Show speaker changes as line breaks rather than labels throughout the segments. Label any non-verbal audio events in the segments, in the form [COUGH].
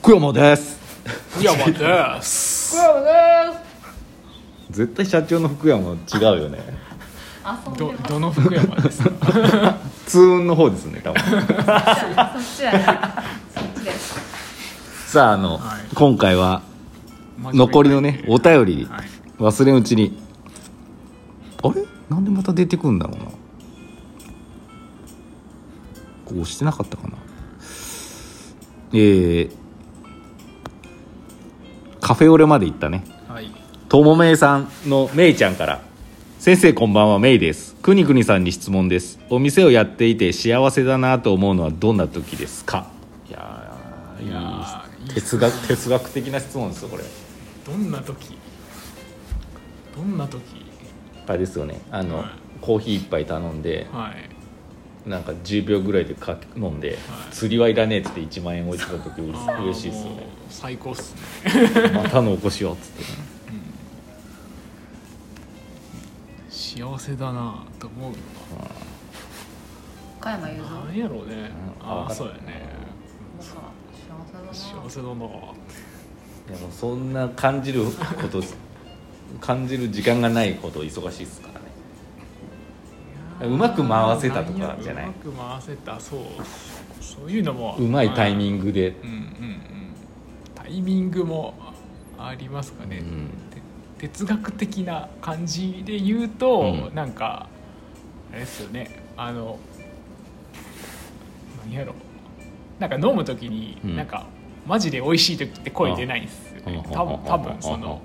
小山です
いやまあです
絶対社長の福山は違うよね
遊んで
ど
ます
どの福山ですか
[LAUGHS] 通運の方ですね多分
そっちやなそっちです
[LAUGHS] さああの、
はい
今回は [LAUGHS] 残りのねお便り、
はい
忘れんうちにあれなんでまた出てくるんだろうなここ押してなかったかなえー、カフェオレまで行ったね
はい
ともめいさんのめいちゃんから先生こんばんはめいですくにくにさんに質問ですお店をやっていて幸せだなと思うのはどんな時ですかいやー
いやーいいっす
哲学哲学的な質問ですよこれあ
どんな時どんな時
れですよねあの、
はい
コーヒー一杯頼んで
はい
なんか10秒ぐらいでか飲んで、釣りはいらねえっつって1万円置いてた時う
[LAUGHS]
れ
あー
嬉しいですよ
もう
ね
最高っすね
またのお越しをっつってね
幸せだなと思うの
岡山雄三
はなんやろうね
うん
あ
わか
あ
る
そうやね
なんか幸せだ
幸
な
せだな
でもそんな感じること感じる時間がないほど忙しいですからねうまく回せたとかじゃない
んやろうまく回せたそうそういうのも
うまいタイミ
グ
ングで
うんうんうんタイミングもありますかね、
うん
て哲学的な感じで言うと、
うん
なんかあれですよねあの何やろなんか飲む時に、
うん
なんかマジで美味しい時って声出ないんですよね多分多分その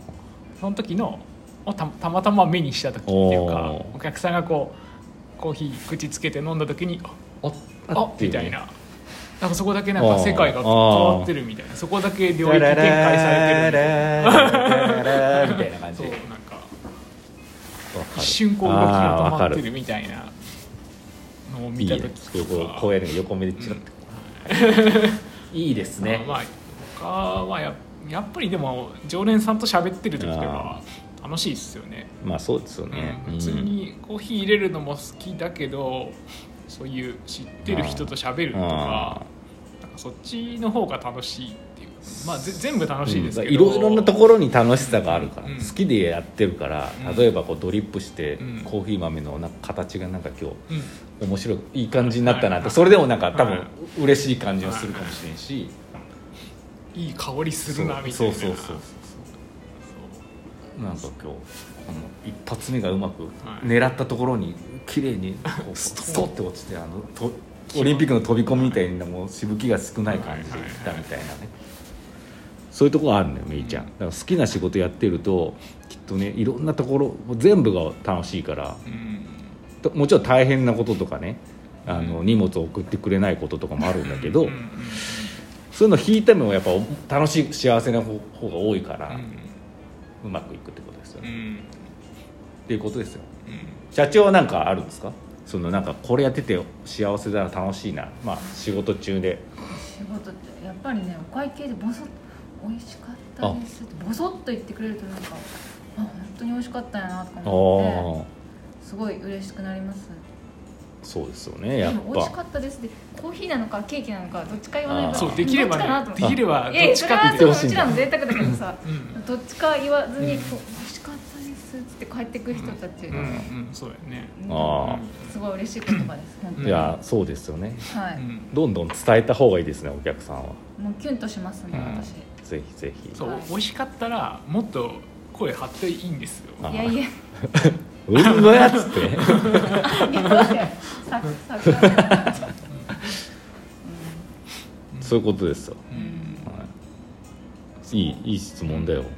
その時のをたたまたま目にした時っていうか
おー
お客さんがこうコーヒー口つけて飲んだ時にあ
お
あみたいななんかそこだけなんか世界が
あー
変わってるみたいなそこだけ領域展開されてるみたいな
みたいな感じ
そう
わか
なんか
る
一瞬こう動きが止まってるみたいなのを
い
見
い
た
ね
時
こうこうこうやるの横目でチラッといいですね
まあ他はややっぱりでも常連さんと喋ってる時とか楽しいですよね、
まあそうですよね
うん、普通にコーヒー入れるのも好きだけどそういう知ってる人と喋るとかなんかそっちの方が楽しいっていうまあぜ全部楽しいですけど、
いろいろなところに楽しさがあるから、
うん
好きでやってるから、
うん
例えばこうドリップして、
うん
コーヒー豆のなんか形がなんか今
うん
日面白いいい感じになったな
は
っ
い
て
はい
それでもなんか多
は
分嬉しい感じはするかもしれんし、
いい香りするなみた
そ
いうな
そうそうそうなんか今日この一発目がうまく
はい
狙ったところに綺麗にこ
[LAUGHS]
うストッて落ちてあのとオリンピックの飛び込みみたいなもうしぶきが少ない感じで来たみたいなねそういうところあるのよめいちゃんだから好きな仕事やってるときっとねいろんなところ全部が楽しいから
そううん
ともちろん大変なこととかねあの荷物を送ってくれないこととかもあるんだけど、
うんうんうん
そういうの引いてもやっぱ楽しい幸せな方方が多いから、うまくいくってことですよ
うんう
ね、
ん
っていうことですよ
うん
社長は何かあるんですかそのなんかこれやってて幸せだな楽しいなまあ仕事中で
仕事ってやっぱりねお会計でボソッ美味しかったですってボソッと言ってくれるとなんかあ本当に美味しかったんやなとか
ああ
思ってすごい嬉しくなります
そうですよね
で
やっ
も美味しか
ぱ
ったですってコーヒーなのかケーキなのかどっちか言わない
あー
と
そうできれば
どっちかなと
ね
思っ
で
て
きれば
いやい
どっ
や
ち
それ
か
は
って
そ
言
う
っ
う
ほしいん
ち
だ
らの贅沢だけどさ
てうん
どっちか言わずにこう美味しかったですって帰ってくる人たち
うんうんそうやね
あ
すごい嬉しい言葉です本当
い
に
やそうですよね
は
う
い
ん
どんどん伝えた方がいいですねお客さんは、
もうキュンとします
う
ね
ん
私、
ぜひぜひ
そう
はい
美味しかったらもっと声張っていいんですよ
あ
い
[LAUGHS]
やいや
うまやっつって
[LAUGHS]
いやだってささ
そういうことですよ、
うん
はい、いいいい質問だよ、
うん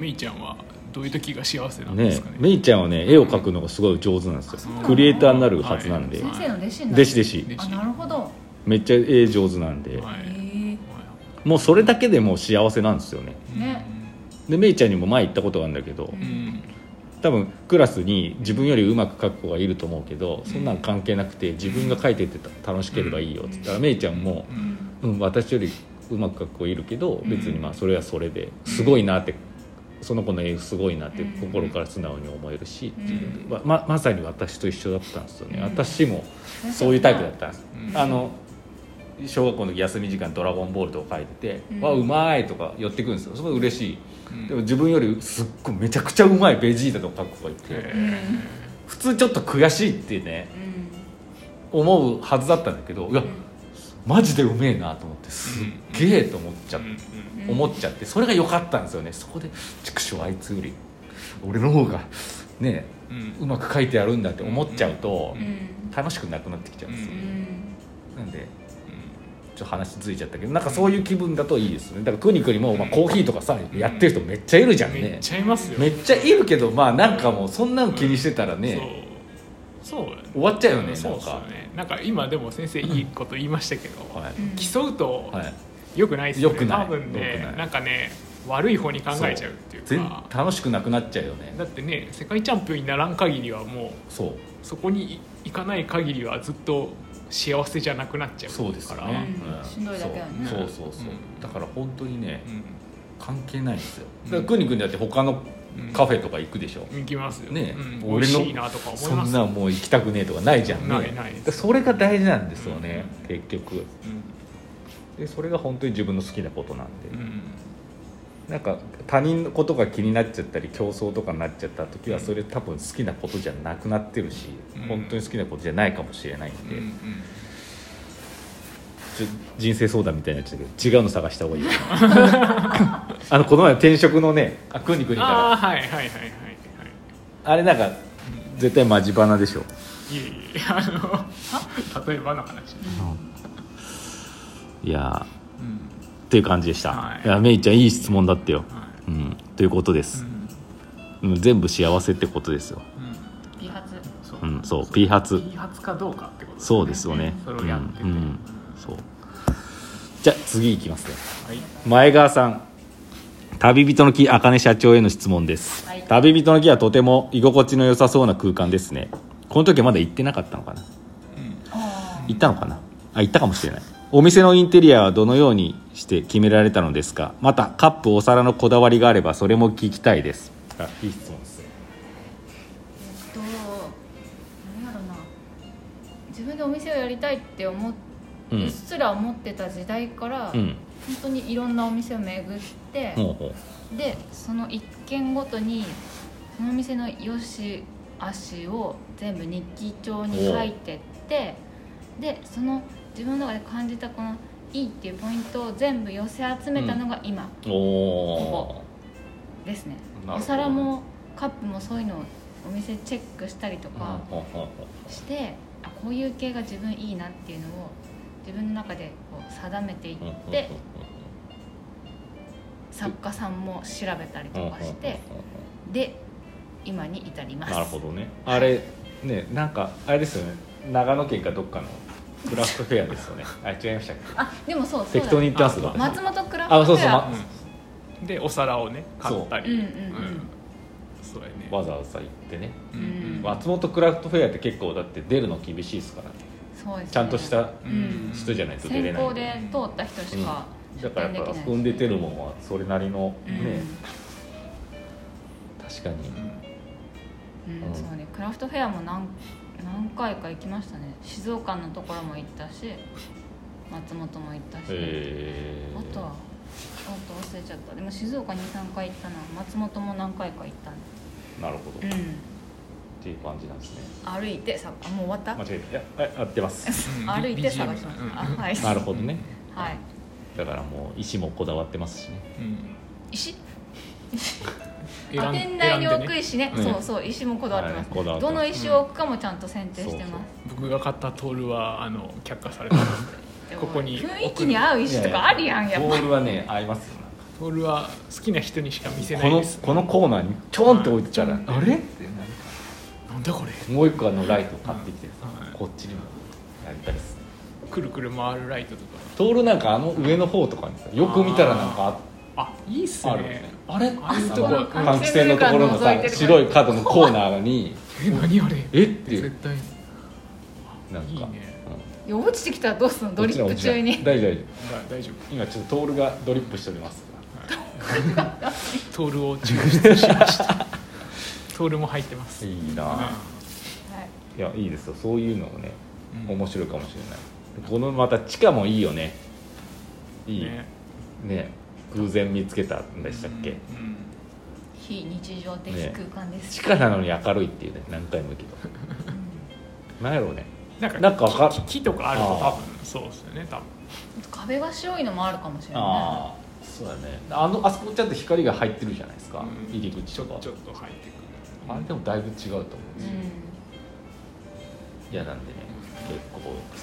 めいちゃんはどういう時が幸せなんで
ね
すかね
めいちゃんはね絵を描くのがすごい上手なんですよ
うん
クリエイターになるはずなんで、
は
先生の弟子になる
弟子弟子
弟子
あなるほど
めっちゃ絵上手なんで、
は
へ
い
え
もうそれだけでもう幸せなんですよね
ね
でめいちゃんにも前行ったことがあるんだけど、
うんうん
多分クラスに自分よりうまく描く子がいると思うけどそんなん関係なくて自分が描いてて楽しければいいよっつったらめいちゃんも
う
うん
「
ん
うん私よりうまく描く子いるけど
うん
別にまあそれはそれですごいな」ってその子の絵すごいなって心から素直に思えるしっていうまままさに私と一緒だったんですよね
うん
私もそういうタイプだったんです
うん
あの小学校の時休み時間「ドラゴンボール」とか書いてて
う
「
ん
わうまい!」とか寄ってくるんですよすごい嬉しい、
うん
でも自分よりすっごいめちゃくちゃうまいベジータとか書く子がいて、
へ
普通ちょっと悔しいってね思うはずだったんだけどいやマジでうめえなと思ってすっげえと思っちゃって、
うん
思っちゃってそれが良かったんですよねそこで畜生あいつより俺の方がね
うんうん
うまく書いてやるんだって思っちゃうと
うん
楽しくなくなってきちゃうんですよ、なんで
う
ちょっと話ついちゃったけどなんかそういう気分だといいですねだからくにくにも、まあ、コーヒーとかさやってる人めっちゃいるじゃん
んめっ
ね
ちゃいますよ
めっちゃいるけどまあなんかもうそんなの気にしてたらね、
そうそうだね
終わっちゃうよね
うんそう
なんか
そうねなんか今でも先生いいこと言いましたけど、
はい、
競うと
はい、
良くないですね、
良くない
多分
良く
ね
ない
なんかね悪い方に考えちゃうっていう
全
か
楽しくなくなっちゃうよね
だってね世界チャンピオンにならん限りはもう
そう
そこに行かない限りはずっと幸せじゃなくなっちゃうから
そうですよね、
うんしんどいだけだね
そうそうそうそう、
うん
だから本当にね、
う
関係ないんですよ
う
だ
ん
からくにくにだって他の
ん
カフェとか行くでしょ、
うん行きますよ、
ね
うん、美
俺の
味しいなとか思い
そ
ます
んなもう行きたくねえとかないじゃんね
ないないです
だからそれが大事なんですよね、
う
結局
うん
でそれが本当に自分の好きなことなんで、
うん
なんか他人のことが気になっちゃったり競争とかになっちゃった時はそれ多分好きなことじゃなくなってるし、
うん
本当に好きなことじゃないかもしれないん
う
で、
ん
ちょ人生相談みたいになっちゃったけど違うの探した方がいいよ [LAUGHS] あのこの前転職のねあくにく
う
に
ん
から
ああはいはいはいはいはい
あれなんか絶対マジバナでしょ
いえいえあの [LAUGHS] 例えばの話、
いや
うん
ーっていう感じでした、
はい
い、やメイちゃんいい質問だってよ、
は
うん、ということで
い
す
う、ん
うん全部幸せってことですよ、、
うん
美髪
そううん
そう P 発
揮発かどうかってことですね
そうですよね
それをやってて、
うんう
うん
ん、そうじゃあ次いきますね
はい
前川さん旅人の木茜社長への質問です、
はい
旅人の木はとても居心地の良さそうな空間ですねこの時はまだ行ってなかったのかな
うん
あ
行ったのかなあ行ったかもしれないお店のインテリアはどのようにして決められたのですかまたカップお皿のこだわりがあればそれも聞きたいですあいい質問ですね
えっと何やろな自分でお店をやりたいって思っ
う
うんっすら思ってた時代から、
う
本
ん
当にいろんなお店を巡って、
ほうほ
でその一軒ごとにそのお店の良し悪しを全部日記帳に書いてってでその自分の中で感じたこのいいっていうポイントを全部寄せ集めたのが今
うお
ですね、
なるほど
お皿もカップもそういうのをお店チェックしたりと
ー
か
ほうほうほ
して、あこういう系が自分いいなっていうのを自分の中でこう定めていっ
うほう
て作家さんも調べたりとかしてで今に至ります
なるほどねあれねなんかあれですよね長野県かどっかのクラフトフェアですよ
[LAUGHS]
ねあ違いましたっけ
あでもそうそうだ
適当に言ってますが
松本クラフト
あそうそう、
フェア
ま
うんでお皿をね買ったり
そううんうんうん
そうやね
わざわざ行ってね
う
うん
松本クラフトフェアって結構だって出るの厳しいですからね
そうですね
ちゃんとした
うん
人じゃないと出れ
先
ない
行で通った人しか
だ
出
から
店
や
で
っ
きな
ぱ
い
踏んでてるもんはそれなりの
うん
ね、確かに
うん
うん
そうねクラフトフェアも何何回か行きましたね静岡のところも行ったし松本も行ったし、
えー
あとはあと忘れちゃったでも静岡23回行ったな松本も何回か行ったん
なるほど、
で
っ
うん
ていう感じなんですね
歩いてさあもう終わっ
間違えたいやあ合ってます
[LAUGHS] た
うん
歩いて探しました、あ
うん
はい
なるほどね
はい
だからもう石もこだわってますしね
うん
石
選
あ
ん
店内に置
選んで
く
ね
石ね
うん
そうそう石もこだわってます、
はいこだわってま
ど
す
の石を置くかもちゃんと選定してます、
僕が買ったトールはあの却下されたんですけど
でも
ここに
雰囲気に合う石とかあるやんやっ
ボ
ぱ
ールはね合いますよなんか
トールは好きな人にしか見せな
こ
い
の
です
このコーナーにちょんって置いてたら、
はい
あれってなる
なんだこれ
もう一個あのライト買ってきてさ、
はい
こっちにもやりたいです
くるくる回るライトとか
トールなんかあの上の方とかにさよく見たらなんかあ
あいいっす
あるよ
ね
ねあれ
あそこ
換
換
気扇のところの
換気扇の中覗いて
さ
る
白い角のコーナーに
え何あれ
[LAUGHS] えっていう
絶対
なんか
いいね
うん
いや落ちてきたらどうすんのドリップ中に
大丈夫大丈夫
だ大丈夫
今ちょっとトールがドリップしております
トールを抽出しました [LAUGHS] トールも入ってます
いいな
うん
いやいいですよそういうのもね
うん
面白いかもしれない、このまた地下もいいよねいいね
ね
偶然見つけたんでしたっけ、
うん
非日常的空間です、
地下なのに明るいっていうね何回も言うけど
うん
なんやろうね
なんか
なんかわか
木木とかあると
あー
多分そうですよね多分
あと壁が白いのもあるかもしれな
ああそうだねあのあそこちゃんと光が入ってるじゃないですか、
うん
入り口とか
ちょちょっと入ってくる
あれでもだいぶ違うと思う
い、
ん
う
ですよ
ん
いやなんでね結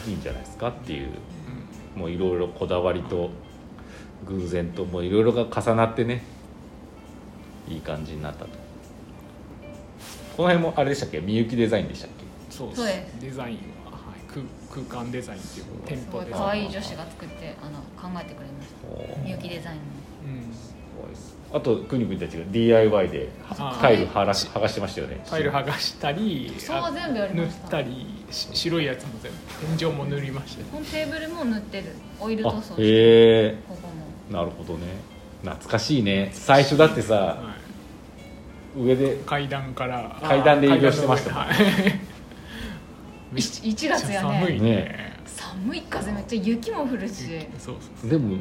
構いいんじゃないですかっていう
うん
もういろいろこだわりと偶然ともういろいろが重なってねいい感じになったとこの辺もあれでしたっけみゆきデザインでしたっけ
そう
そう
で
です
デザインは、はい、空空間デザインっていう
そう
店
す
舗
ごい
デ
可
ザイン
愛い女子が作ってあの考えてくれました
おー
みゆきデザインの
うん
すごいっすあとくにくにたちが DIY で
あー
タイルはらし剥がしてましたよね
タイル剥がしたり
そうは全部やり
塗
ま
っ
した
たりし白いやつも全部天井も塗りましたね
このテーブルも塗ってるオイル塗装
あ
してる
へえ
ここも
なるほどね懐かしいね最初だってさ
はい
上で
階段から
階段で営業してましたもん
階段の上はいめっち
1
ゃ
月や
寒いね
ね
ね
寒い風めっちゃ雪も降るし
そう
でも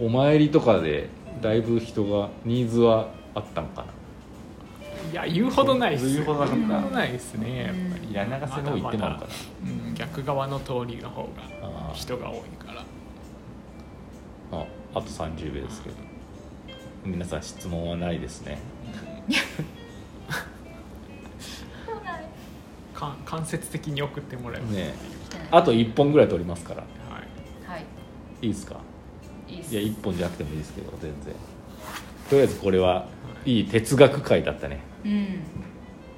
お参りとかでだいぶ人がニーズはあったのか
そういや言うほどないっす
言うほどなかった
言うほどないですねやっぱり
な柳ヶ瀬の方行ってもあるか
まだまだうん逆側の通りの方
あ
が
ー
人が多いから
なああと30秒ですけど皆さん質問はないですね
そうなん
間間接的に送ってもらえます、
ね
ですね
あと1本ぐらい取りますから
はい
はい
いいですか
いいっ
いや
す
1本じゃなくてもいいですけど全然とりあえずこれはいい哲学会だったね
うん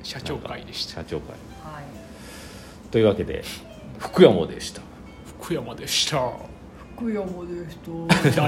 社長会でした
社長会
はい
というわけで福山でした
福山でした
福山でした
誰